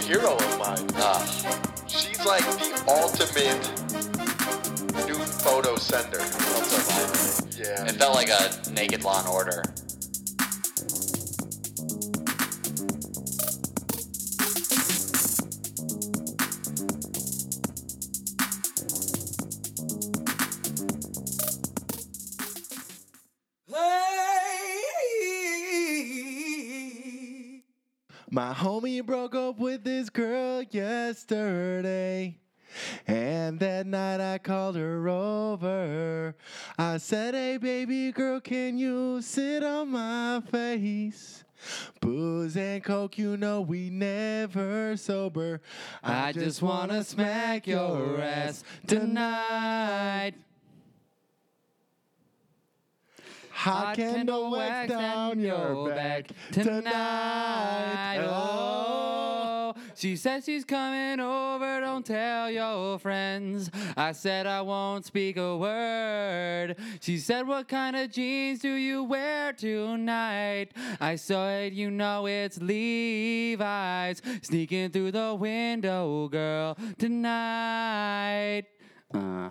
hero of mine. She's like the ultimate nude photo sender. That's so fine. Yeah. It felt like a naked Law and Order. Play. My homie broke up with this girl yesterday. And that night I called her over. I said, Hey, baby girl, can you sit on my face? Booze and coke, you know we never sober. I just wanna smack your ass tonight. Hot candle wax down your back tonight. Oh. She says she's coming over, don't tell your friends. I said I won't speak a word. She said, What kind of jeans do you wear tonight? I saw it, you know it's Levi's. Sneaking through the window, girl, tonight. Uh.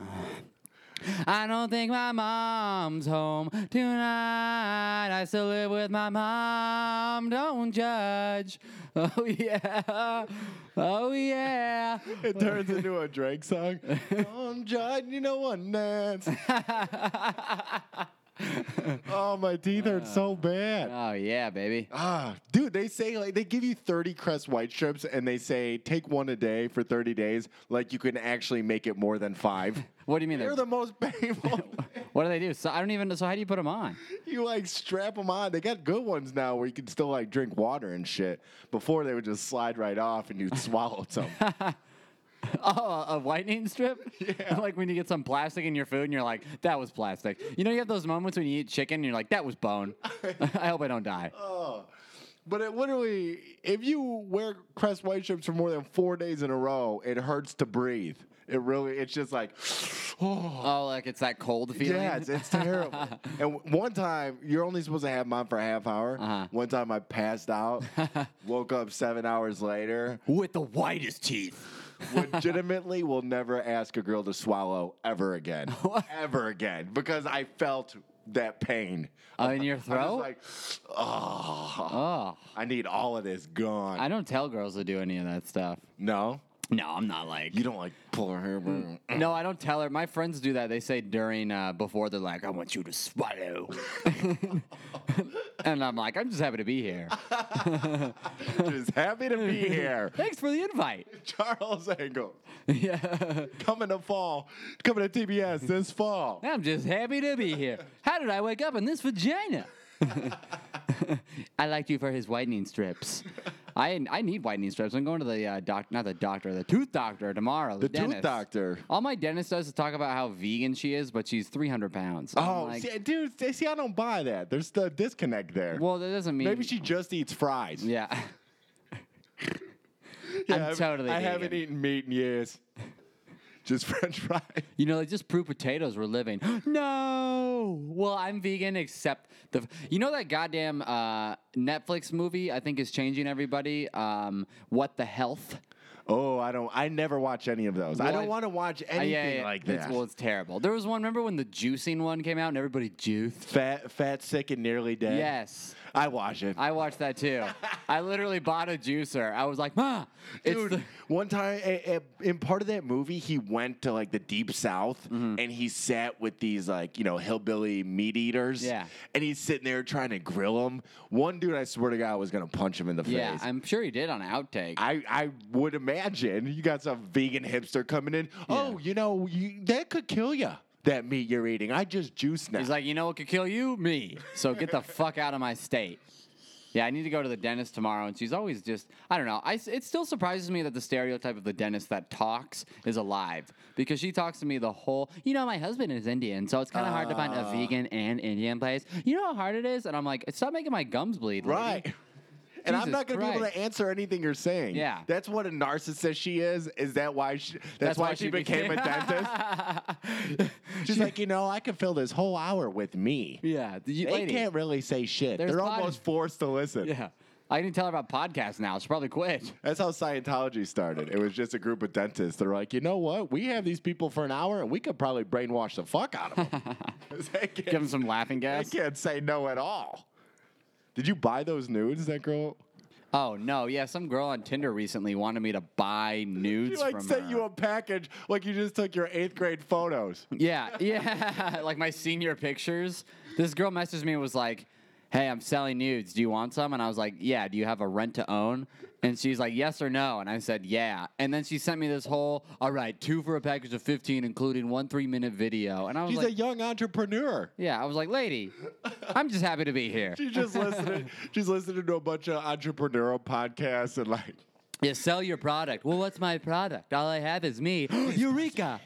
I don't think my mom's home tonight. I still live with my mom. Don't judge. Oh yeah. Oh yeah. It turns into a Drake song. Don't judge, you know what, Nance. oh, my teeth hurt so bad. Oh yeah, baby. Ah, dude, they say like they give you 30 Crest White strips and they say take one a day for 30 days, like you can actually make it more than five. What do you mean? They're They're, the most painful. what do they do? So I don't even. So how do you put them on? you like strap them on. They got good ones now where you can still like drink water and shit. Before they would just slide right off and you'd swallow some. Oh, a whitening strip? Yeah. like when you get some plastic in your food and you're like, that was plastic. You know, you have those moments when you eat chicken and you're like, that was bone. I hope I don't die. Oh. But it literally, if you wear Crest White strips for more than four days in a row, it hurts to breathe. It really, it's just like, oh, Oh, like it's that cold feeling. yeah, it's, it's terrible. and w- one time, you're only supposed to have mine for a half hour. Uh-huh. One time I passed out, woke up seven hours later. with the whitest teeth. Legitimately, will never ask a girl to swallow ever again. ever again. Because I felt that pain. Oh, in your I throat? was like, oh, oh, I need all of this gone. I don't tell girls to do any of that stuff. no? No, I'm not like. You don't like pull her hair. bro. No, I don't tell her. My friends do that. They say during uh, before they're like, "I want you to swallow," and I'm like, "I'm just happy to be here. Just happy to be here. Thanks for the invite." Charles Angle yeah. coming to fall, coming to TBS this fall. I'm just happy to be here. How did I wake up in this vagina? I liked you for his whitening strips. I I need whitening strips. I'm going to the uh, doc, not the doctor, the tooth doctor tomorrow. The, The tooth dentist. doctor. All my dentist does is talk about how vegan she is, but she's 300 pounds. I'm Oh, like, see, dude, see, see, I don't buy that. There's the disconnect there. well, that doesn't mean Maybe she just eats fries. Yeah. Yeah, I'm I've- totally. I vegan. haven't eaten meat in years. Just French fries. You know, they just prove potatoes were living. no. Well, I'm vegan except the. You know that goddamn uh, Netflix movie? I think is changing everybody. Um, what the health? Oh, I don't. I never watch any of those. I Well, don't I've- want to watch Uh, anything like it's- that. well, it's terrible. There was one. Remember when the juicing one came out and everybody juiced? fat, fat, sick, and nearly dead. Yes. I watch it. I watched that too. I literally bought a juicer. I was like, Ma, it's Dude, the- one time a- a- in part of that movie, he went to like the deep south Mm-hmm. and he sat with these like you know hillbilly meat eaters. Yeah. and he's sitting there trying to grill them. One dude, I swear to God, was gonna punch him in the yeah. face. I'm sure you did on outtake. I, I would imagine you got some vegan hipster coming in. Oh, you know you, that could kill you. That meat you're eating, I just juice now. He's like, you know what could kill you? Me. So get the fuck out of my state. Yeah, I need to go to the dentist tomorrow, and she's always just, I don't know. I, s- it still surprises me that the stereotype of the dentist that talks is alive because she talks to me the whole, you know, my husband is Indian, so it's kind of hard to find Ah. a vegan and Indian place. You know how hard it is? And I'm like, stop making my gums bleed. lady." Right. And I'm Jesus not going to be able Christ. to answer anything you're saying. Yeah. that's what a narcissist she is. Is that why she? That's, why, she became a dentist. dentist? She's like, you know, I can fill this whole hour with me. yeah. Did you, They lady, can't really say shit. There's They're lotta- almost forced to listen. Yeah. I didn't tell her about podcasts now. She probably quit. That's how Scientology started. It was just a group of dentists that were like, you know what? We have these people for an hour and we could probably brainwash the fuck out of them. they, Give can't, him some laughing they gas. can't say no at all. Did you buy those nudes, that girl? Oh no, yeah, some girl on Tinder recently wanted me to buy She nudes like from uh, sent her. you a package like you just took your eighth grade photos. yeah, yeah, like my senior pictures. This girl messaged me and was like, "Hey, I'm selling nudes. Do you want some?" And I was like, "Yeah. Do you have a rent to own?" And she's like, "Yes or no?" And I said, "Yeah." And then she sent me this whole, "All right, two for a package of 15, including one three-minute video." And I was She's a like, young entrepreneur. "Yeah." I was like, "Lady, I'm just happy to be here." She's just listening. She's listening to a bunch of entrepreneurial podcasts and like Yeah, sell your product. Well, what's my product? All I have is me. Eureka!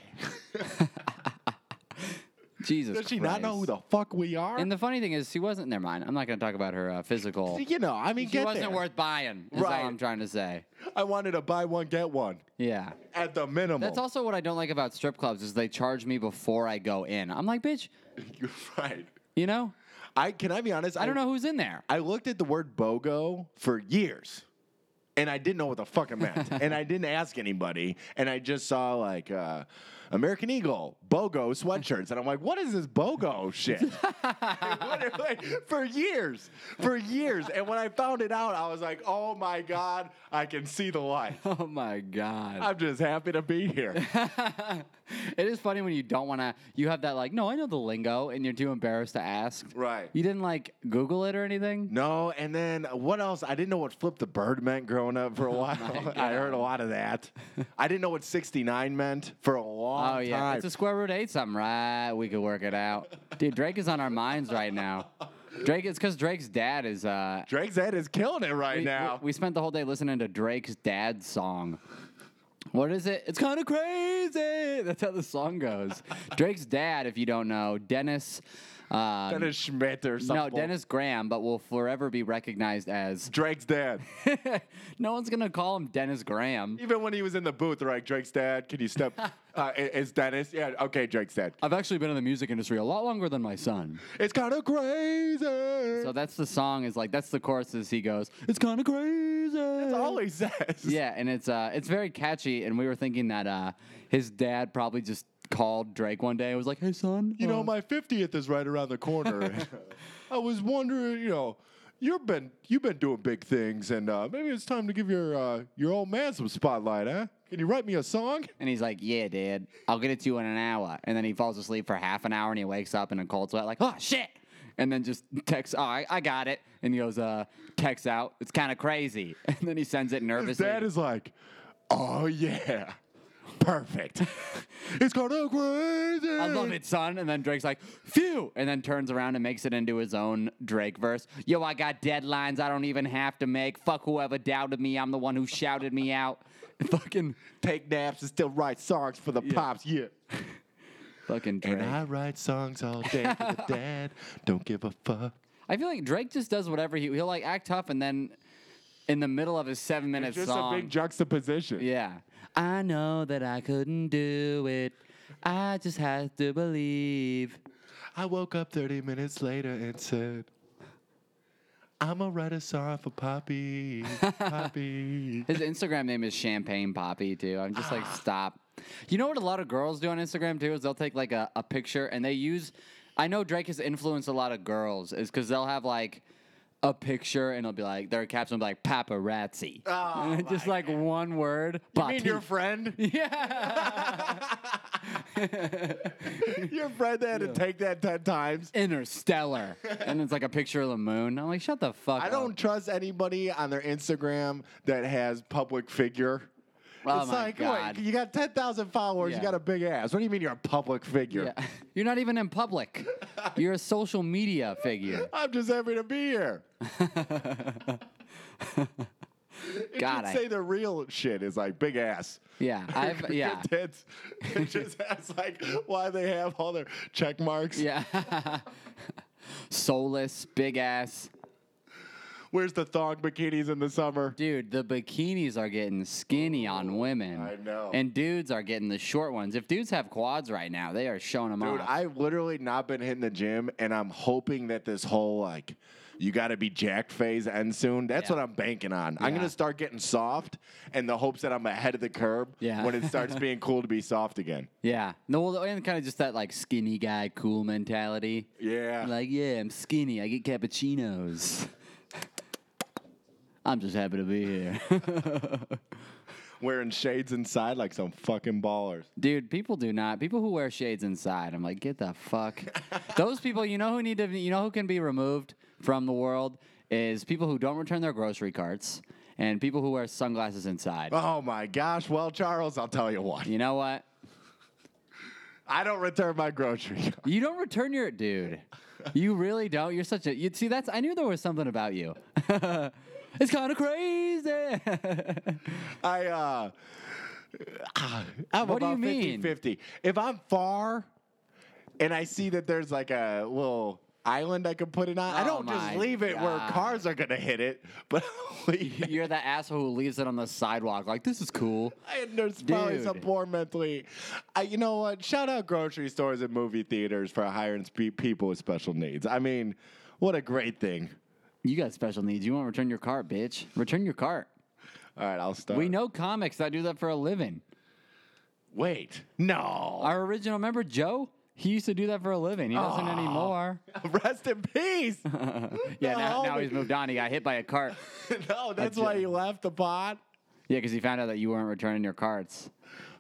Jesus Does she not know who Christ. the fuck we are? And the funny thing is, she wasn't. Never mind. I'm not going to talk about her uh, physical. you know, I mean, She get wasn't there. worth buying. Is Right. all I'm trying to say. I wanted to buy one get one Yeah. at the minimum. That's also what I don't like about strip clubs is they charge me before I go in. I'm like, bitch. You're right. You know, I can I be honest? I don't know who's in there. I looked at the word BOGO for years. And I didn't know what the fuck it meant. and I didn't ask anybody. And I just saw like uh, American Eagle, BOGO sweatshirts. And I'm like, what is this BOGO shit? What am I- for years. For years. And when I found it out, I was like, oh my God, I can see the light. Oh my god. I'm just happy to be here. it is funny when you don't want to. You have that like, no, I know the lingo, and you're too embarrassed to ask. Right. You didn't like Google it or anything. No, and then what else? I didn't know what flip the bird meant growing up Oh for a while. I heard a lot of that. I didn't know what 69 meant for a long Oh yeah, time. it's a square root of eight something, right? We could work it out, dude. Drake is on our minds right now. Drake, it's because Drake's dad is. uh Drake's head is killing it right we, now. we, we spent the whole day listening to Drake's dad's song. What is it? It's kind of crazy. That's how the song goes. Drake's dad, if you don't know, Dennis. Uh, Dennis Schmidt or something. no, Dennis Graham, but will forever be recognized as. Drake's dad. no one's gonna call him Dennis Graham. Even when he was in the booth, they're like, Drake's dad, can you step? uh, i- is Dennis? Yeah, okay, Drake's dad. I've actually been in the music industry a lot longer than my son. It's kind of crazy. So that's the song is like that's the chorus as he goes. It's kind of crazy. That's all he says. Yeah, and it's uh it's very catchy, and we were thinking that uh his dad probably just called Drake one day and was like, "Hey son, You know, uh, my 50th is right around the corner. I was wondering, you know, you've been you've been doing big things, and uh, maybe it's time to give your uh, your old man some spotlight, huh? Can you write me a song? And he's like, "Yeah, dad, I'll get it to you in an hour." And then he falls asleep for half an hour, and he wakes up in a cold sweat, like, "Oh shit!" And then just texts, "All right, I got it." And he goes, "Uh, texts out. It's kind of crazy." And then he sends it His nervously. dad is like, oh yeah, perfect. it's called a crazy. I love it, son. And then Drake's like, phew. And then turns around and makes it into his own Drake verse. Yo, I got deadlines I don't even have to make. Fuck whoever doubted me. I'm the one who shouted me out. Fucking, Take naps and still write songs for the pops. Yeah. fucking Drake. And I write songs all day for the dad. Don't give a fuck. I feel like Drake just does whatever he, he'll like act tough and then in the middle of his seven minute Just song. a big juxtaposition. yeah. I know that I couldn't do it. I just have to believe. I woke up 30 minutes later and said, I'm gonna write a song for Poppy. Poppy. His Instagram name is Champagne Poppy too. I'm just Ah. like, stop. You know what a lot of girls do on Instagram too is they'll take like a, a picture and they use. I know Drake has influenced a lot of girls is because they'll have like a picture and it'll be like their caption will be like paparazzi, Oh, And just my like one word. Papi. friend? yeah. Your friend that had to take that 10 times? Interstellar, and it's like a picture of the moon. I'm like, shut the fuck. I up. don't trust anybody on their Instagram that has public figure. Oh it's my like, wait, God. you got 10,000 followers, Yeah. you got a big ass. What do you mean you're a public figure? Yeah. You're not even in public. You're a social media figure. I'm just happy to be here. It God, should I- say the real shit is like big ass. Yeah, I've yeah. Tits. It just has like why they have all their check marks. Yeah. Soulless, big ass. Where's the thong bikinis in the summer? Dude, the bikinis are getting skinny on women. Oh, I know. And dudes are getting the short ones. If dudes have quads right now, they are showing them Dude, off. I've literally not been hitting the gym, and I'm hoping that this whole like You got to be jacked phase end soon. That's Yeah. what I'm banking on. I'm Yeah. gonna start getting soft, in the hopes that I'm ahead of the curb Yeah. when it starts being cool to be soft again. Yeah. No, well, and kind of just that like skinny guy cool mentality. Yeah. Like, yeah, I'm skinny. I get cappuccinos. I'm just happy to be here. Wearing shades inside like some fucking ballers. Dude, people do not. People who wear shades inside, I'm like, get the fuck. Those people, you know who need to, you know who can be removed from the world is people who don't return their grocery carts and people who wear sunglasses inside. Oh my gosh. Well, Charles, I'll tell you what. You know what? I don't return my grocery. You don't return your dude. You really don't. You're such a. You see, that's. I knew there was something about you. it's kind of crazy. I uh ah, I'm What do you about mean? 50-50. If I'm far and I see that there's like a little island I could put it on, I Oh don't just my leave it where God. cars are gonna hit it, but I'll leave it. You're the asshole who leaves it on the sidewalk. Like this is cool. And there's probably some Dude. poor mentally. I, you know what? Shout out grocery stores and movie theaters for hiring spe- people with special needs. I mean, what a great thing. You got special needs. You won't return your cart, bitch. Return your cart. All right, I'll start. We know comics that do that for a living. Wait, no. Our original member Joe, he used to do that for a living. He doesn't anymore. Rest in peace. Yeah, now, now homie. he's moved on. He got hit by a cart. no, that's why ju- you left the pod. Yeah, because he found out that you weren't returning your carts.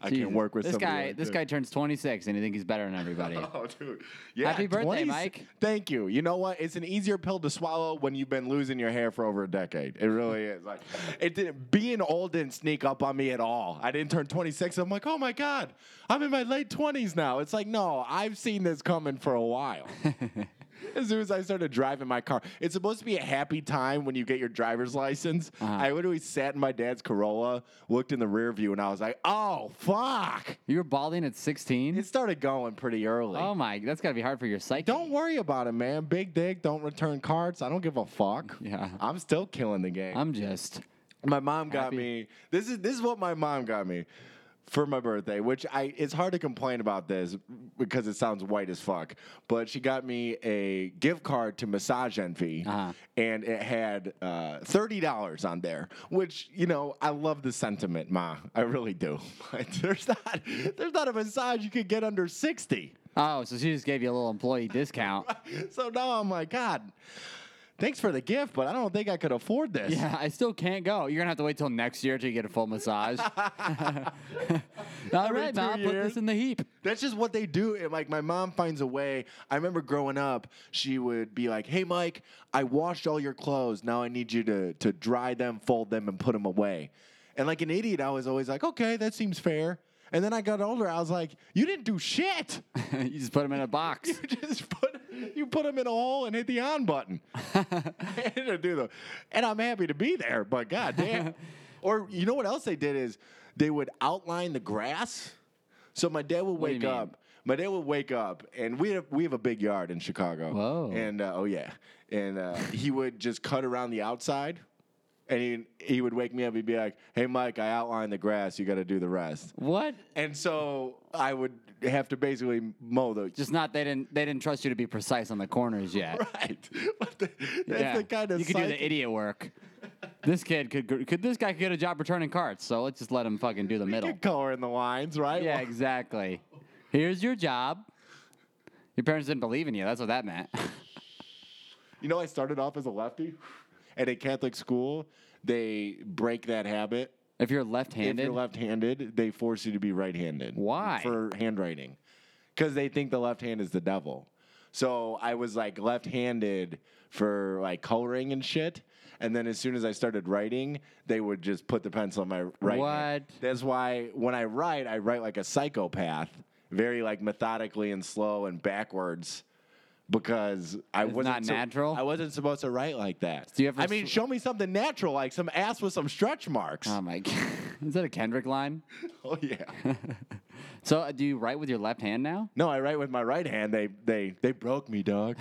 I can't work with this somebody guy. like this that. guy turns 26 and he thinks he's better than everybody. Oh, dude. Yeah, Happy birthday, 20 Mike. Thank you. You know what? It's an easier pill to swallow when you've been losing your hair for over a decade. It really is. Like, it didn't. Being old didn't sneak up on me at all. I didn't turn 26. I'm like, oh my god, I'm in my late 20s now. It's like, no, I've seen this coming for a while. As soon as I started driving my car, it's supposed to be a happy time when you get your driver's license. Uh-huh. I literally sat in my dad's Corolla, looked in the rear view, and I was like, oh, fuck. you were balding at 16. It started going pretty early. Oh my, that's gotta be hard for your psyche. Don't worry about it, man. Big dick, don't return cards. I don't give a fuck. Yeah. I'm still killing the game. I'm just. my mom got happy. me. This is this is what my mom got me for my birthday, which I it's hard to complain about this because it sounds white as fuck. But she got me a gift card to Massage Envy, Uh-huh. and it had uh, thirty dollars on there. Which you know, I love the sentiment, ma. I really do. But there's not there's not a massage you could get under sixty. Oh, so she just gave you a little employee discount. so now I'm like, God, thanks for the gift, but I don't think I could afford this. Yeah, I still can't go. You're gonna have to wait till next year to get a full massage. All right, two Mom, put years. this in the heap. That's just what they do. And like my mom finds a way. I remember growing up, she would be like, Hey Mike, I washed all your clothes. Now I need you to to dry them, fold them, and put them away. And like an idiot, I was always like, Okay, that seems fair. And then I got older, I was like, You didn't do shit. you just put them in a box. You just put you put them in a hole and hit the on button. and, do the, and I'm happy to be there, but god damn. or you know what else they did is they would outline the grass. So my dad would What do you wake mean? up. My dad would wake up, and we have, we have a big yard in Chicago. Whoa. And uh, oh yeah, and uh, he would just cut around the outside. And he, he would wake me up. He'd be like, "Hey, Mike, I outlined the grass. You got to do the rest." What? And so I would have to basically mow the Just not they didn't they didn't trust you to be precise on the corners yet. Right. But the, that's Yeah. the kind of you could do the psych- idiot work. This kid could gr- could this guy could get a job returning carts, so let's just let him fucking do the you middle. could color in the lines, right? Yeah, exactly. Here's your job. Your parents didn't believe in you. That's what that meant. You know, I started off as a lefty, and at Catholic school, they break that habit. If you're left-handed, If you're left-handed, they force you to be right-handed. Why? For handwriting, because they think the left hand is the devil. So I was like left-handed for like coloring and shit. And then as soon as I started writing, they would just put the pencil in my right. hand. What? That's why when I write, I write like a psychopath, very like methodically and slow and backwards. Because I It's wasn't not natural? I wasn't supposed to write like that. Do you ever I mean, sw- show me something natural, like some ass with some stretch marks. oh my god, is that a Kendrick line? oh yeah. So uh, do you write with your left hand now? No, I write with my right hand. They they they broke me, dog.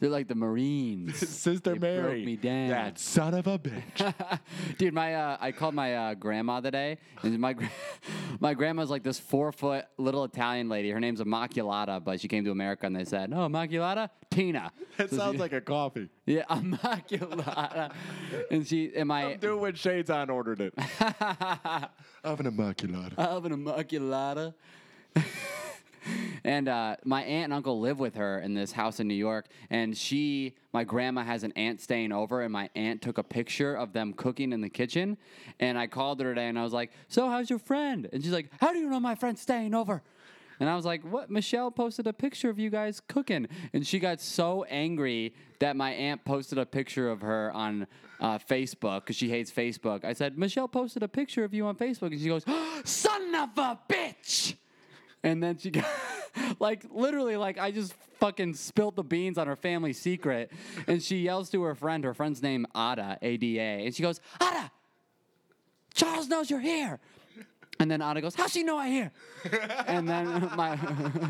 They're like the Marines, Sister They Mary. broke me down. That son of a bitch. dude. My uh, I called my uh, grandma today, and my gra- my grandma's like this four foot little Italian lady. Her name's Immaculata, but she came to America, and they said, "Oh, Immaculata, Tina. That So she- sounds like a coffee. yeah, Immaculata. and she and my Do what Shades on ordered it. I of an immaculata. have an Immaculata. and uh, my aunt and uncle live with her in this house in New York. And she, my grandma has an aunt staying over, and my aunt took a picture of them cooking in the kitchen. And I called her today, and I was like, "So how's your friend?" And she's like, "How do you know my friend's staying over?" And I was like, "What? Michelle posted a picture of you guys cooking." And she got so angry that my aunt posted a picture of her on uh, Facebook because she hates Facebook. I said, "Michelle posted a picture of you on Facebook," and she goes, "Son of a bitch!" And then she got like literally like I just fucking spilt the beans on her family secret. And she yells to her friend, her friend's name Ada, A D A, and she goes, Ada, Charles knows you're here. And then Ada goes, How's she know I'm here? and then my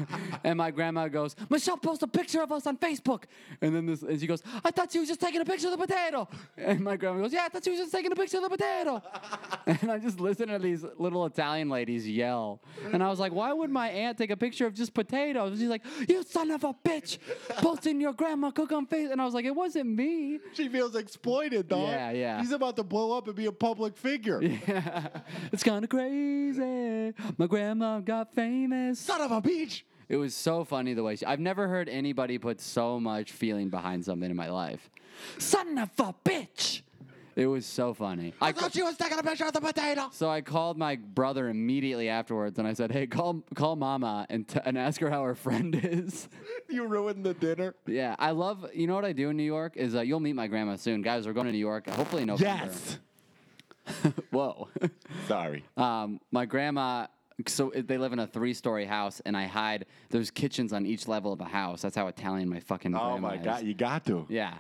and my grandma goes, Michelle posted a picture of us on Facebook. And then this and she goes, I thought she was just taking a picture of the potato. And my grandma goes, Yeah, I thought she was just taking a picture of the potato. and I just listened to these little Italian ladies yell. And I was like, Why would my aunt take a picture of just potatoes? And she's like, You son of a bitch! Posting your grandma cook on Facebook. And I was like, It wasn't me. She feels exploited, dog. Yeah, yeah. She's about to blow up and be a public figure. it's kind of crazy. My grandma got famous. Son of a bitch. It was so funny the way she. I've never heard anybody put so much feeling behind something in my life. Son of a bitch! It was so funny. I ca- she was taking a picture of the potato. so I called my brother immediately afterwards, and I said, "Hey, call call Mama and t- and ask her how her friend is." You ruined the dinner. yeah, I love. You know what I do in New York is uh, you'll meet my grandma soon, guys. We're going to New York, hopefully in November. Whoa. Sorry. Um, my grandma, so it- they live in a three story house, and I hide. There's kitchens on each level of a house. That's how Italian my fucking grandma oh my is. god, you got to. Yeah.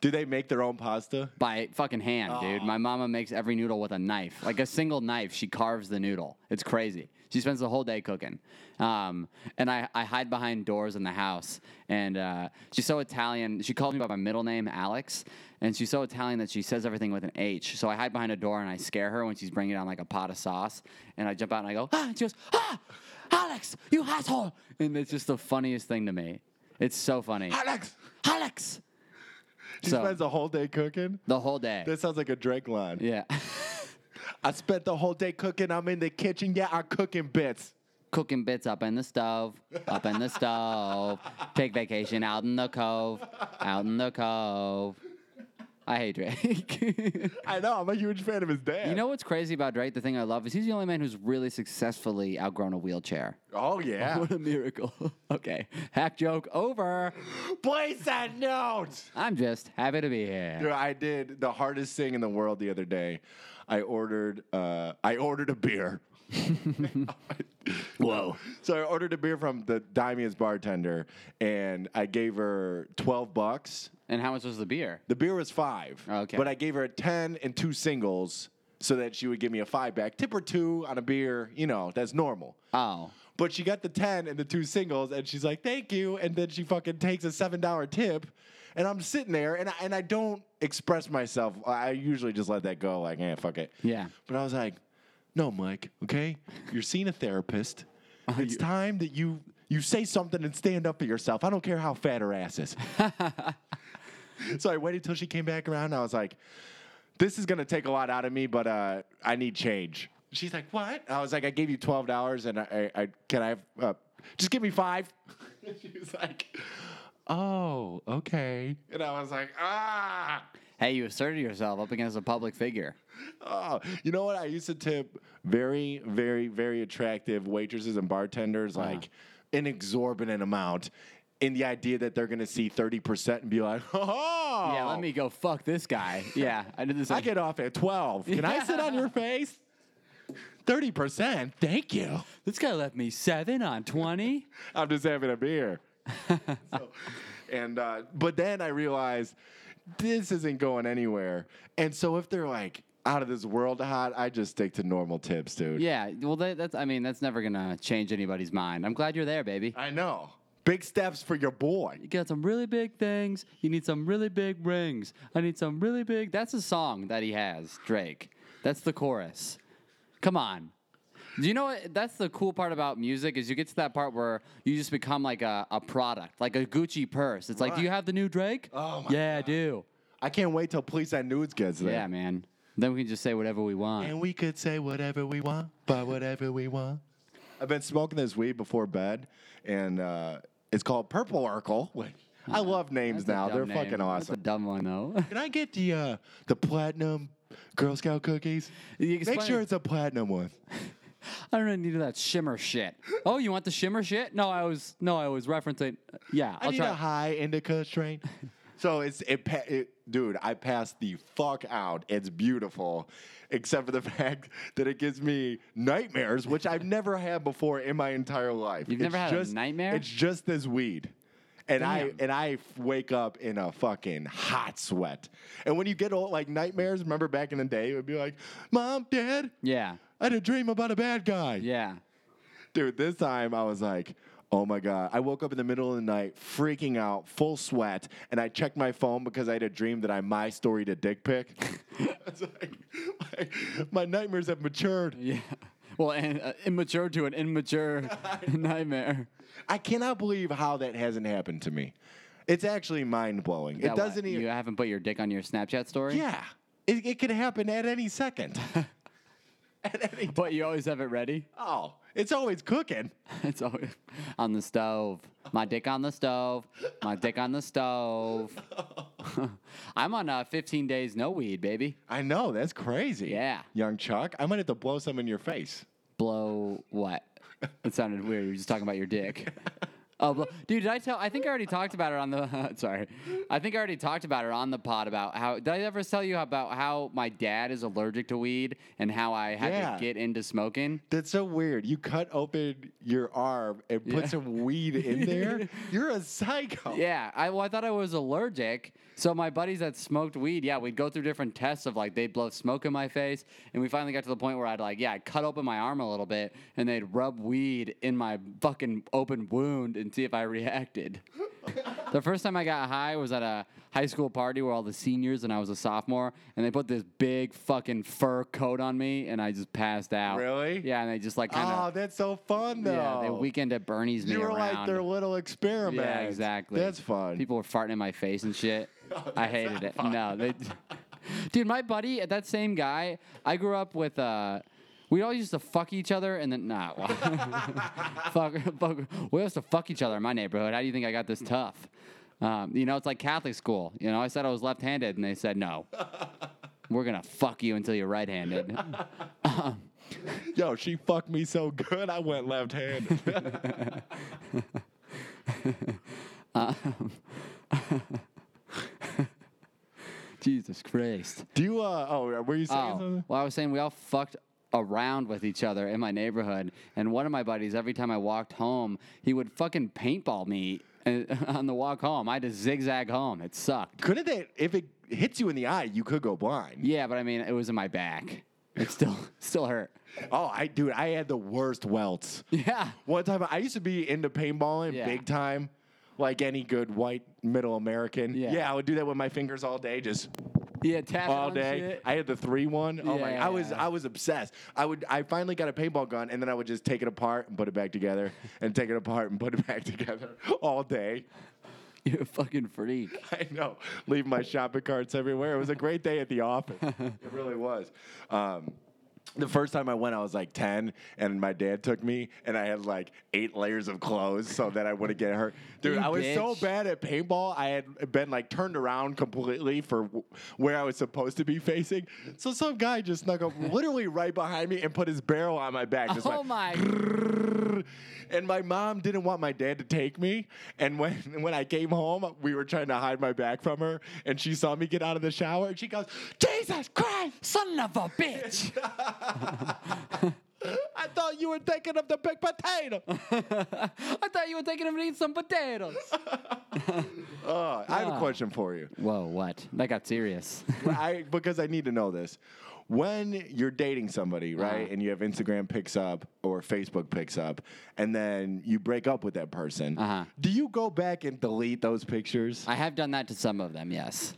Do they make their own pasta? By fucking hand, dude. Aw. My mama makes every noodle with a knife. Like a single knife, she carves the noodle. It's crazy. She spends the whole day cooking. Um, and I, I hide behind doors in the house. And uh, she's so Italian. She calls me by my middle name, Alex. And she's so Italian that she says everything with an H. So I hide behind a door and I scare her when she's bringing down like a pot of sauce. And I jump out and I go, ah! And she goes, ah! Alex, you asshole! And it's just the funniest thing to me. It's so funny. Alex. Alex! She So- spends the whole day cooking. The whole day. That sounds like a Drake line. yeah. I spent the whole day cooking. I'm in the kitchen. Yeah, I'm cooking bits. cooking bits up in the stove, up in the stove. Take vacation out in the cove, out in the cove. I hate Drake. I know. I'm a huge fan of his dad. you know what's crazy about Drake? The thing I love is he's the only man who's really successfully outgrown a wheelchair. Oh yeah. What a miracle. okay, hack joke over. Place that note. I'm just happy to be here. Dude, I did the hardest thing in the world the other day. I ordered uh, I ordered a beer. Whoa. So I ordered a beer from the Damian's bartender and I gave her 12 bucks. And how much was the beer? The beer was 5. Okay. But I gave her a 10 and two singles so that she would give me a 5 back. Tip or 2 on a beer, you know, that's normal. Oh, But she got the 10 and the two singles, and she's like, thank you. And then she fucking takes a $7 tip. And I'm sitting there, and I, and I don't express myself. I I usually just let that go, like, eh, fuck it. Yeah. But I was like, no, Mike, okay? You're seeing a therapist. It's time that you you say something and stand up for yourself. I don't care how fat her ass is. so I waited till she came back around, and I was like, this is gonna take a lot out of me, but uh, I need change. She's like, what? I was like, I gave you twelve dollars, and I, I, I can I have uh, just give me five. she was like, oh, okay. And I was like, ah, hey, you asserted yourself up against a public figure. oh. You know what? I used to tip very, very, very attractive waitresses and bartenders Uh-huh. like an exorbitant amount. In the idea that they're gonna see 30% and be like, oh, Yeah, let me go fuck this guy. Yeah, I did this. I get off at 12. Can I sit on your face? 30%. Thank you. this guy left me seven on 20. I'm just having a beer. So- and uh, but then I realized this isn't going anywhere. And so if they're like out of this world hot, I just stick to normal tips, dude. Yeah, well, that, that's. I mean, that's never gonna change anybody's mind. I'm glad you're there, baby. I know. Big steps for your boy. You got some really big things. You need some really big rings. I need some really big. That's a song that he has, Drake. That's the chorus. Come on, Do you know what? That's the cool part about music is you get to that part where you just become like a, a product, like a Gucci purse. It's like, do you Right. have the new Drake? Oh my yeah, I do. I can't wait till Police and Nudes gets there. Yeah, man. Then we can just say whatever we want. And we could say whatever we want, but whatever we want. I've been smoking this weed before bed, and uh, it's called Purple Urkel. I love names That's a now. dumb They're name. fucking That's awesome. a dumb one though. Can I get the uh, the platinum Girl Scout cookies? You Make explain- sure it's a platinum one. I don't really need that shimmer shit. Oh, you want the shimmer shit? No, I was no, I was referencing. Yeah, I I'll need try. a high indica strain. so it's it, pa- it, dude. I passed the fuck out. It's beautiful, except for the fact that it gives me nightmares, which I've never had before in my entire life. You've never It's had a nightmare? It's just this weed. And I Damn. and I f- wake up in a fucking hot sweat. And when you get old, like nightmares, remember back in the day, it would be like, "Mom, Dad, yeah, I had a dream about a bad guy." yeah. Dude, this time I was like, oh my God. I woke up in the middle of the night, freaking out, full sweat, and I checked my phone because I had a dream that I my storied a dick pic. I was like, my, my nightmares have matured. Yeah. Well, and uh, immature to an immature nightmare. I cannot believe how that hasn't happened to me. It's actually mind blowing. That It what, doesn't You even. haven't put your dick on your Snapchat story. Yeah. It, it could happen at any second. at any. But you always have it ready. Oh, it's always cooking. It's always on the stove. My dick on the stove. My dick on the stove. I'm on uh, 15 days no weed, baby. I know. That's crazy. Yeah. Young Chuck, I might have to blow some in your face. Blow what? It sounded weird. You were just talking about your dick. Oh, blow. dude, did I tell? I think I already talked about it on the. sorry, I think I already talked about it on the pod about how. Did I ever tell you about how my dad is allergic to weed and how I had Yeah. to get into smoking? That's so weird. You cut open your arm and put Yeah. some weed in there. You're a psycho. Yeah, I, well, I thought I was allergic. So my buddies that smoked weed, yeah, we'd go through different tests of like they'd blow smoke in my face, and we finally got to the point where I'd like, yeah, I'd cut open my arm a little bit, and they'd rub weed in my fucking open wound and see if I reacted. the first time I got high was at a high school party where all the seniors and I was a sophomore, and they put this big fucking fur coat on me, and I just passed out. Really? Yeah, and they just like kind Oh, of. that's so fun though. yeah, they weekend at Bernie's me you were around. like their little experiment. Yeah, exactly. That's fun. Oh, People were farting in my face and shit. I hated it. No, they. Dude, my buddy, that same guy, I grew up with. Uh, we all used to fuck each other and then nah. well, fuck, fuck. We used to fuck each other in my neighborhood. How do you think I got this tough? Um, you know, it's like Catholic school. You know, I said I was left-handed, and they said no. We're gonna fuck you until you're right-handed. Yo, she fucked me so good, I went left-handed. Jesus Christ. Do you? Uh, oh, were you saying Oh, something? well, I was saying we all fucked around with each other in my neighborhood, and one of my buddies, every time I walked home, he would fucking paintball me uh, on the walk home. I had to zigzag home. It sucked. Couldn't they? If it hits you in the eye, you could go blind. Yeah, but I mean, it was in my back. It still still hurt. Oh, I dude, I had the worst welts. Yeah. One time, I used to be into paintballing Yeah. big time, like any good white middle American. Yeah. yeah, I would do that with my fingers all day, just Yeah, tapping all on day. shit. I had the three one. Oh my! I was Yeah. I was obsessed. I would I finally got a paintball gun, and then I would just take it apart and put it back together, and take it apart and put it back together all day. You're a fucking freak. I know. Leave my shopping carts everywhere. It was a great day at the office. it really was. Um, the first time I went, I was like 10, and my dad took me, and I had like eight layers of clothes so that I wouldn't get hurt. Dude, You I was so bitch. bad at paintball, I had been like turned around completely for w- where I was supposed to be facing. So some guy just snuck up literally right behind me and put his barrel on my back. Just oh went, my. and my mom didn't want my dad to take me. And when when I came home, we were trying to hide my back from her, and she saw me get out of the shower, and she goes, "Jesus Christ!" Son of a bitch! I thought you were thinking of the big potato. I thought you were taking him to eat some potatoes. Uh, I have a Ah. question for you, Whoa, what? That got serious. I, because I need to know this. When you're dating somebody, right, Uh-huh. and you have Instagram picks up or Facebook picks up, and then you break up with that person, Uh-huh. do you go back and delete those pictures? I have done that to some of them, yes.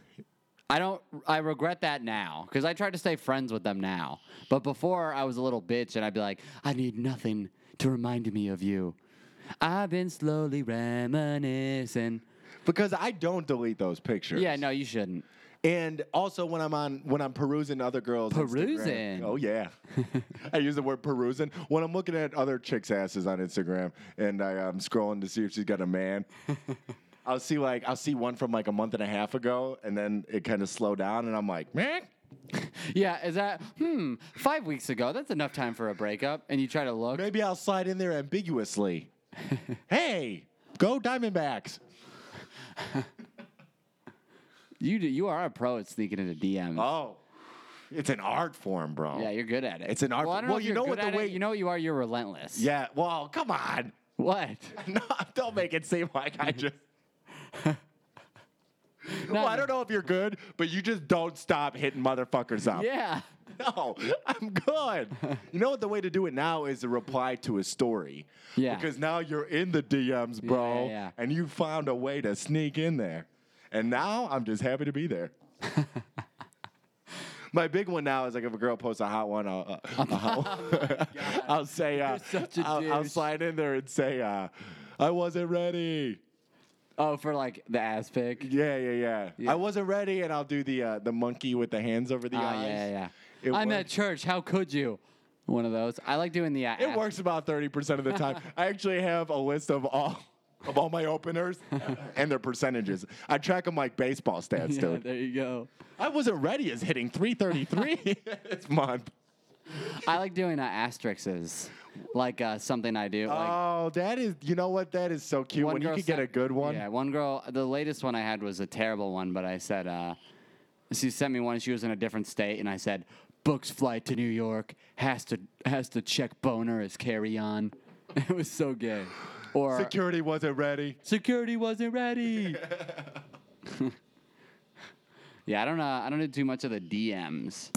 I don't. I regret that now because I tried to stay friends with them now. But before, I was a little bitch, and I'd be like, I need nothing to remind me of you. I've been slowly reminiscing. because I don't delete those pictures. Yeah, no, you shouldn't. And also when I'm on when I'm perusing other girls. Instagram- Perusing? oh yeah. I use the word perusing when I'm looking at other chicks' asses on Instagram and I, I'm scrolling to see if she's got a man. I'll see like I'll see one from like a month and a half ago, and then it kind of slowed down, and I'm like, man, Yeah, is that hmm? Five weeks ago, that's enough time for a breakup, and you try to look. maybe I'll slide in there ambiguously. hey, go Diamondbacks. You do, you are a pro at sneaking into DMs. Oh, it's an art form, bro. Yeah, you're good at it. It's an art- Well, I don't well, know if you you're know good what the at it. way- you know what you are. You're relentless. Yeah. Well, come on. What? No, don't make it seem like I just. well, I don't know if you're good, but you just don't stop hitting motherfuckers up. Yeah. No, I'm good. you know what? The way to do it now is to reply to a story. Yeah. Because now you're in the DMs, bro, yeah, yeah. and you found a way to sneak in there. And now I'm just happy to be there. My big one now is like if a girl posts a hot one, I'll, uh, Oh I'll, I'll say, uh, such a I'll, I'll douche. slide in there and say, uh, I wasn't ready. Oh, for like the ass pick. Yeah, yeah, yeah, Yeah. I wasn't ready, and I'll do the uh, the monkey with the hands over the Ah, eyes. yeah, yeah. It I'm at worked. church. How could you? One of those. I like doing the. Uh, It works about 30% of the time. I actually have a list of all of all my openers and their percentages. I track them like baseball stats, Yeah, dude. there you go. I wasn't ready as hitting 333 this month. I like doing uh, asterisks, like uh, something I do. Like oh, that is, you know what? That is so cute. When you girl can get sent- a good one. Yeah, one girl. The latest one I had was a terrible one, but I said uh, she sent me one. She was in a different state, and I said, "Books flight to New York. Has to has to check boner as carry on." It was so gay. Or Security wasn't ready. security wasn't ready. yeah, I don't. Uh, I don't do too much of the DMs.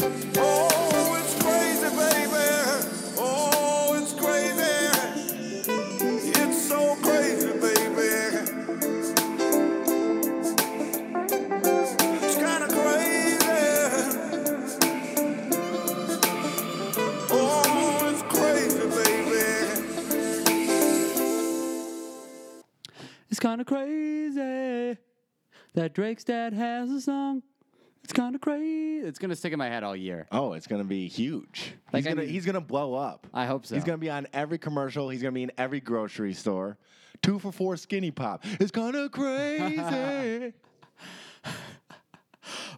Oh, it's crazy, baby. Oh, it's crazy. It's so crazy, baby. It's kind of crazy. Oh, it's crazy, baby. It's kind of crazy that Drake's dad has a song. It's kind of crazy. It's gonna stick in my head all year. Oh, it's gonna be huge. Like, he's I gonna mean- he's gonna blow up. I hope so. He's gonna be on every commercial. He's gonna be in every grocery store. Two for four skinny pop. It's kind of crazy.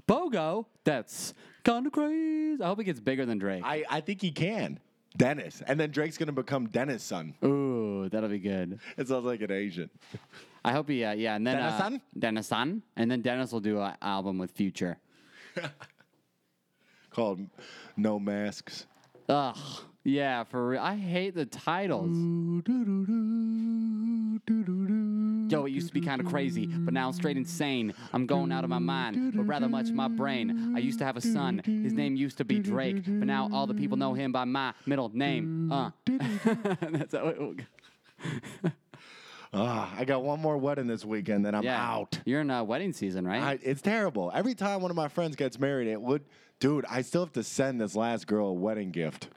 Bogo, that's kind of crazy. I hope it gets bigger than Drake. I, I think he can. Dennis. And then Drake's going to become Dennis' son. Ooh, that'll be good. It sounds like an Asian. I hope he, uh, yeah, and then Dennis-san? uh, Dennis-san, and then Dennis will do an album with Future. Called No Masks. Ugh, yeah, for real. I hate the titles. Yo, it used to be kind of crazy, but now I'm straight insane. I'm going out of my mind, but rather much my brain. I used to have a son. His name used to be Drake, but now all the people know him by my middle name. Uh, that's how it will go. Ah, I got one more wedding this weekend, then I'm Yeah. out. You're in uh, wedding season, right? I, it's terrible. Every time one of my friends gets married, it would, dude, I still have to send this last girl a wedding gift.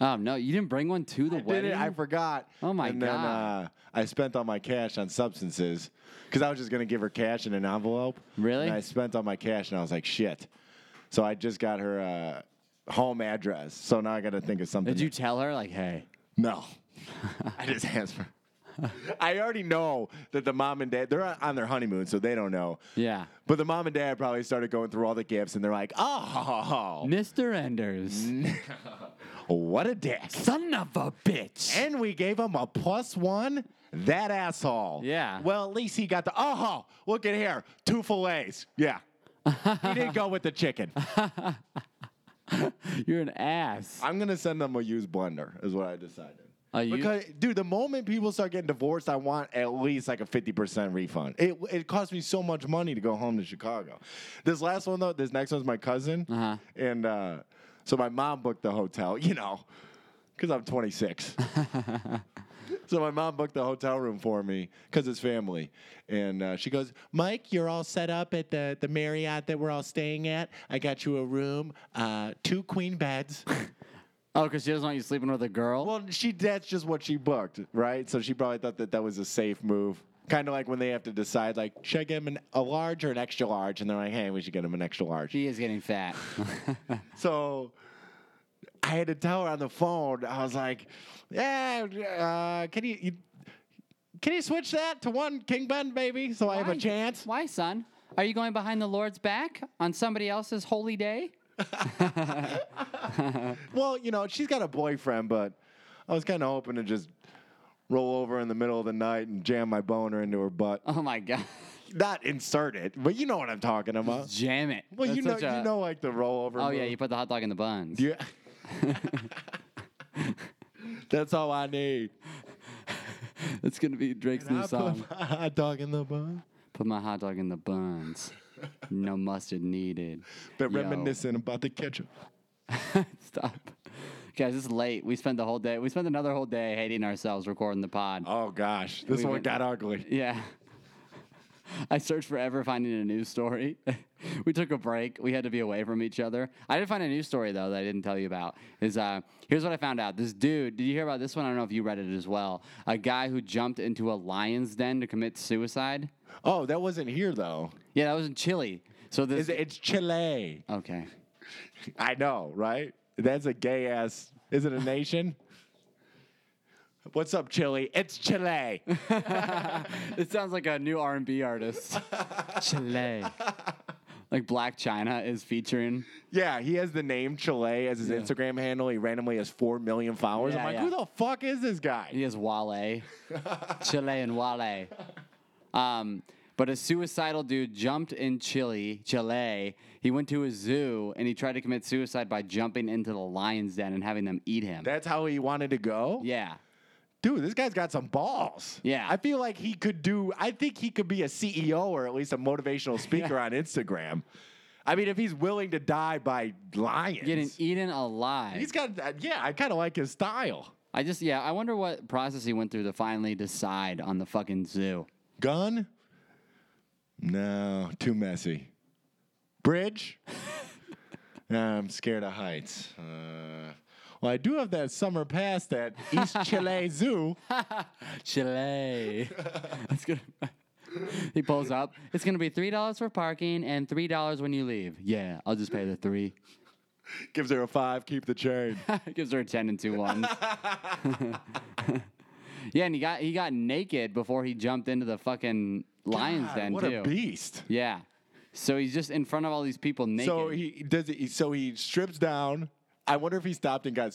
Oh no, you didn't bring one to the Did wedding. it? I forgot. Oh, my and Then, God. uh, I spent all my cash on substances because I was just gonna give her cash in an envelope. Really? And I spent all my cash, and I was like, shit. So I just got her uh, home address. So now I got to think of something. Did you tell her like, hey? No. I just asked for. I already know that the mom and dad they're on their honeymoon, so they don't know. Yeah, But the mom and dad probably started going through all the gifts, and they're like, "Oh, Mr. Enders, what a dick!" son of a bitch. And we gave him a plus one. That asshole. Yeah. Well, at least he got the. Oh, look at here. Two fillets. Yeah. he didn't go with the chicken. You're an ass. I'm going to send him a used blender, is what I decided. Uh, you- Because, dude, the moment people start getting divorced, I want at least like a 50% refund. It, it cost me so much money to go home to Chicago. This last one, though, this next one's my cousin. Uh-huh. And uh, so my mom booked the hotel, you know, because I'm 26. so my mom booked the hotel room for me because it's family. And uh, she goes, Mike, you're all set up at the, the Marriott that we're all staying at. I got you a room, uh, two queen beds. oh, because she doesn't want you sleeping with a girl. Well, she that's just what she booked, right? So she probably thought that that was a safe move. Kind of like when they have to decide, like, should I get him an, a large or an extra large? And they're like, hey, we should get him an extra large. she is getting fat. So I had to tell her on the phone. I was like, yeah, uh, can you, you can you switch that to one king bed, baby, so I have a Why? chance? Why, son? Are you going behind the Lord's back on somebody else's holy day? Well, you know, she's got a boyfriend, but I was kind of hoping to just roll over in the middle of the night and jam my boner into her butt. Oh my God. not insert it, but you know what I'm talking about. Jam it. Well, you know, That's such a- you know, like the rollover. Oh yeah, move. you put the hot dog in the buns. yeah. That's all I need. That's gonna be Drake's I new put song. my hot dog in the bun. Put my hot dog in the buns. No mustard needed. Been Yo. reminiscing about the ketchup. Stop. Guys, it's late. We spent the whole day. We spent another whole day hating ourselves recording the pod. Oh gosh, this We one went- got ugly. Yeah. I searched forever finding a news story. we took a break. We had to be away from each other. I did find a news story though that I didn't tell you about. Is uh, here's what I found out. This dude. Did you hear about this one? I don't know if you read it as well. A guy who jumped into a lion's den to commit suicide. Oh, that wasn't here though. Yeah, that was in Chile. So this. Is it, it's Chile? okay. I know, right? That's a gay ass. Is it a nation? What's up, Chile? It's Chile. It sounds like a new R and B artist. Chile. Like Black China is featuring. Yeah, he has the name Chile as his Instagram handle. He randomly has four million followers. I'm Yeah, like, yeah. who the fuck is this guy? He has Wale, Chile and Wale. Um, but a suicidal dude jumped in Chile, Chile. He went to a zoo and he tried to commit suicide by jumping into the lion's den and having them eat him. That's how he wanted to go. yeah. dude, this guy's got some balls. Yeah. I feel like he could do. I think he could be a CEO or at least a motivational speaker on Instagram. I mean, if he's willing to die by lions, Getting eaten alive. he's got. uh, yeah, I kind of like his style. I just, yeah, I wonder what process he went through to finally decide on the fucking zoo. Gun? No, too messy. Bridge? Nah, I'm scared of heights. Uh, well, I do have that summer pass at East Chile Zoo. Chile. That's good. he pulls up. It's going to be $3 for parking and $3 when you leave. Yeah, I'll just pay the three. Gives her a five, keep the chain. gives her a ten and two ones. yeah, and he got he got naked before he jumped into the fucking lion's God, den what too. a beast. Yeah, so he's just in front of all these people naked. So he does. It, so he strips down. I wonder if he stopped and got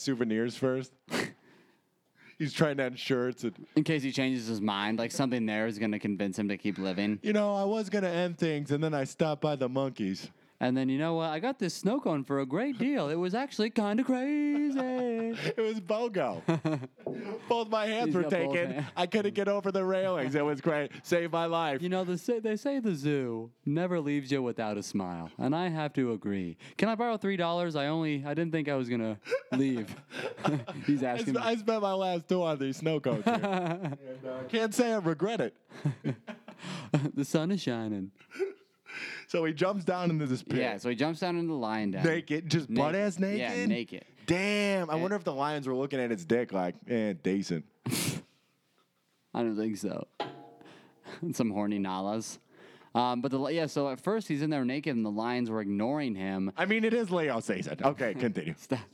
souvenirs first. He's trying on shirts and in case he changes his mind, like something there is gonna convince him to keep living. you know I was gonna end things and then I stopped by the monkeys. And then you know what? I got this snow cone for a great deal. It was actually kind of crazy. It was BOGO. both my hands He's were got both taken. hands. I couldn't get over the railings. It was great. Saved my life. You know, they say, they say the zoo never leaves you without a smile, and I have to agree. Can I borrow three dollars? I only I didn't think I was gonna leave. He's I, asking. sp- I me. spent my last two on these snow cones. here. and, uh, can't say I regret it. the sun is shining. So he jumps down into this pit. Yeah, so he jumps down into the lion den. naked, just butt ass naked. Yeah, naked. Damn. I wonder if the lions were looking at his dick like, eh, decent. I don't think so. Some horny nalas. Um, but the li- yeah, so at first he's in there naked, and the lions were ignoring him. I mean, it is Leo season. Okay, continue. stuff.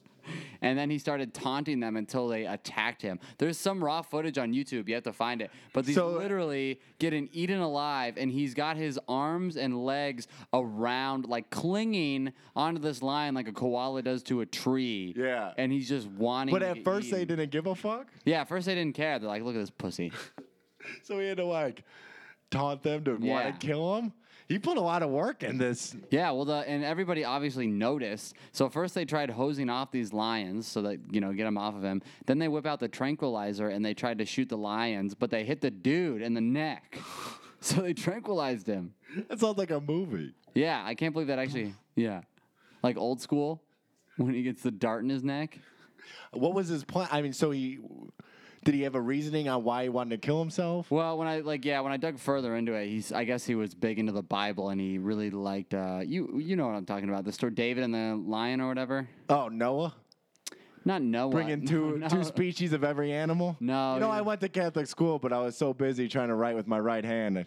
And then he started taunting them until they attacked him. There's some raw footage on YouTube. You have to find it. But these So- uh, literally getting eaten alive, and he's got his arms and legs around, like clinging onto this lion like a koala does to a tree. Yeah. And he's just wanting. But to at get first, they eaten. didn't give a fuck. Yeah, at first they didn't care. They're like, look at this pussy. So he had to like taunt them to Yeah. want to kill him. He put a lot of work in this. Yeah, well, the, and everybody obviously noticed. So first they tried hosing off these lions so that you know get them off of him. Then they whip out the tranquilizer and they tried to shoot the lions, but they hit the dude in the neck. So they tranquilized him. That sounds like a movie. Yeah, I can't believe that actually. Yeah, like old school when he gets the dart in his neck. What was his plan? I mean, so he did he have a reasoning on why he wanted to kill himself? Well, when I like, yeah, when I dug further into it, he's I guess he was big into the Bible and he really liked uh, you. You know what I'm talking about? The story David and the lion or whatever. Oh, Noah. Not Noah. Bringing two No, two no. species of every animal. No, you know yeah. I went to Catholic school, but I was so busy trying to write with my right hand, I,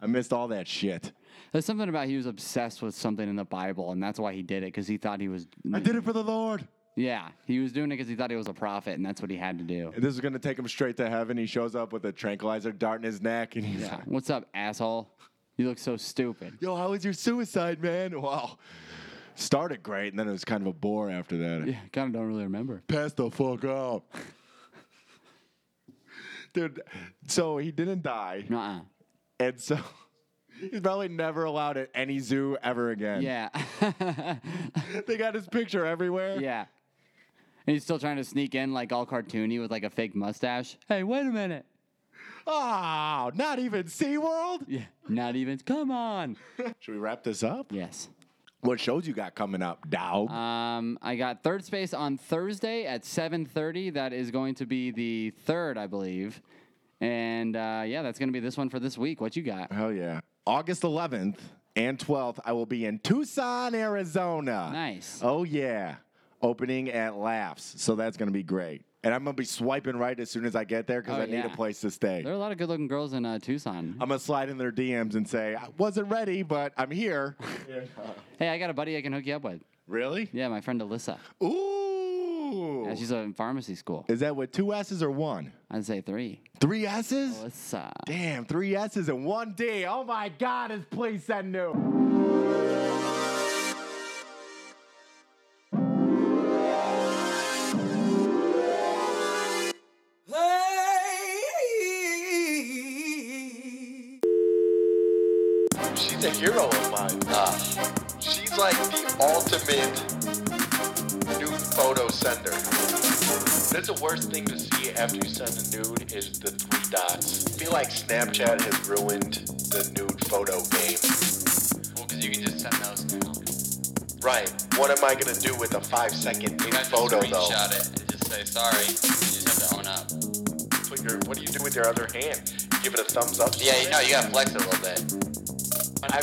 I missed all that shit. There's something about he was obsessed with something in the Bible and that's why he did it because he thought he was. I did it for the Lord. Yeah, he was doing it because he thought he was a prophet and that's what he had to do. And this is gonna take him straight to heaven. He shows up with a tranquilizer dart in his neck, and he's Yeah. like, What's up, asshole? You look so stupid. "Yo, how was your suicide, man? Wow." Started great, and then it was kind of a bore after that. Yeah, kind of don't really remember. Pass the fuck out. Dude, so he didn't die. Nuh-uh. And so he's probably never allowed at any zoo ever again. Yeah. They got his picture everywhere. yeah. And he's still trying to sneak in like all cartoony with like a fake mustache. Hey, wait a minute. Oh, not even SeaWorld? Yeah. Not even. Come on. Should we wrap this up? Yes. What shows you got coming up, dog? Um, I got third space on Thursday at 7:30. That is going to be the third, I believe. And uh, yeah, that's going to be this one for this week. What you got? Hell yeah. August 11th and 12th, I will be in Tucson, Arizona. Nice. Oh, yeah. Opening at Laughs. So that's going to be great. And I'm going to be swiping right as soon as I get there because Oh, I need yeah. a place to stay. There are a lot of good-looking girls in uh, Tucson. I'm going to slide in their DMs and say, I wasn't ready, but I'm here. Hey, I got a buddy I can hook you up with. really? Yeah, my friend Alyssa. Ooh. Yeah, she's uh, in pharmacy school. Is that with two S's or one? I'd say three. Three S's? Alyssa. Damn, three S's in one D. Oh my God, is place that new. She's a hero of mine. Uh, She's like the ultimate nude photo sender. That's the worst thing to see after you send a nude is the three dots. I feel like Snapchat has ruined the nude photo game. well, because you can just send those now. Right. What am I gonna do with a five second You nude guys photo just though? screenshot it and just say sorry. You just have to own up. Put your, what do you do with your other hand? Give it a thumbs up. Yeah, you know, you gotta flex it a little bit.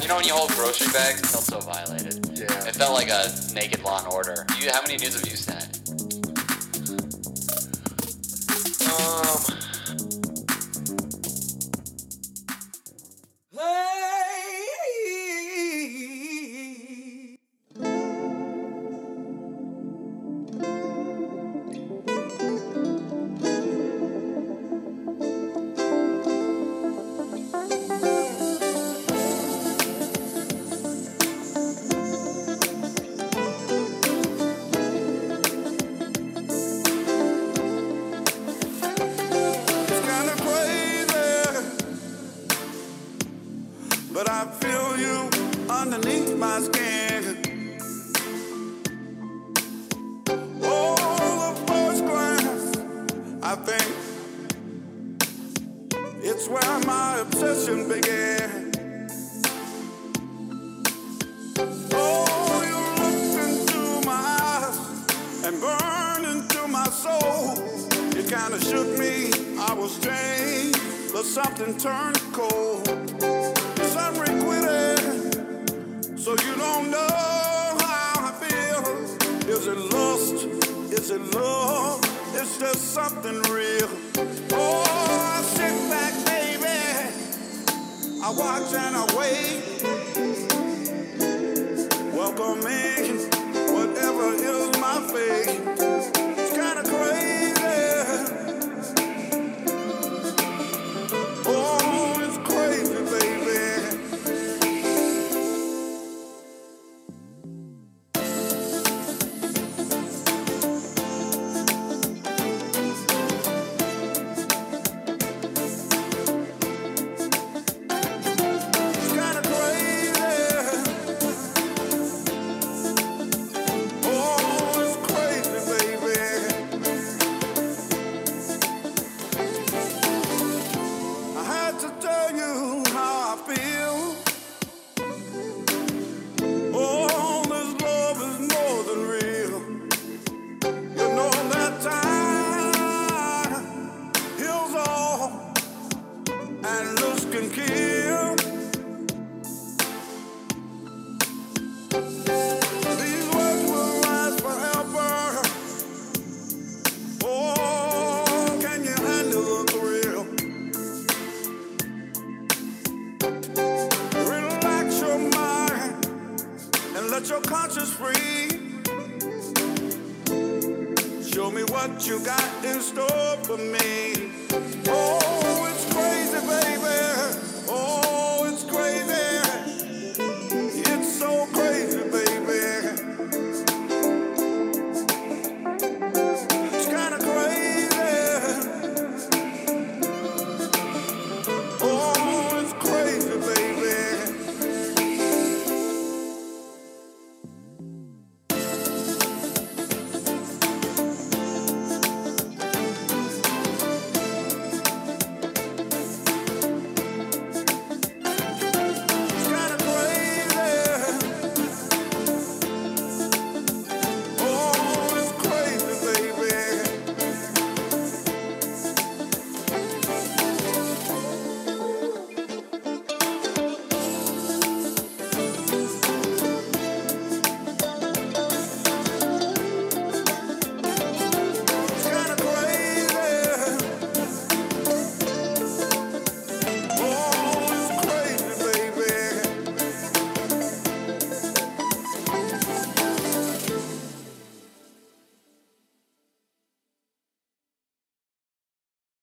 you know when you hold grocery bags, it felt so violated. Yeah. It felt like a naked Law and Order. You, how many news have you sent? Um, It's kind of crazy, but I feel you underneath my skin. Oh, the first glance, I think it's where my obsession began. Oh, you looked into my eyes and burned into my soul. It kind of shook me. I was changed, but something turned cold. Yes, I'm requited, so you don't know how I feel. Is it lust? Is it love? Is there something real? Oh, I sit back, baby. I watch and I wait. Welcome in, whatever is my fate. It's kinda crazy. Oh, it's crazy, baby. It's kinda crazy. Oh, Oh, what you got in store for me. Oh, it's crazy, baby. Oh, Oh, Oh,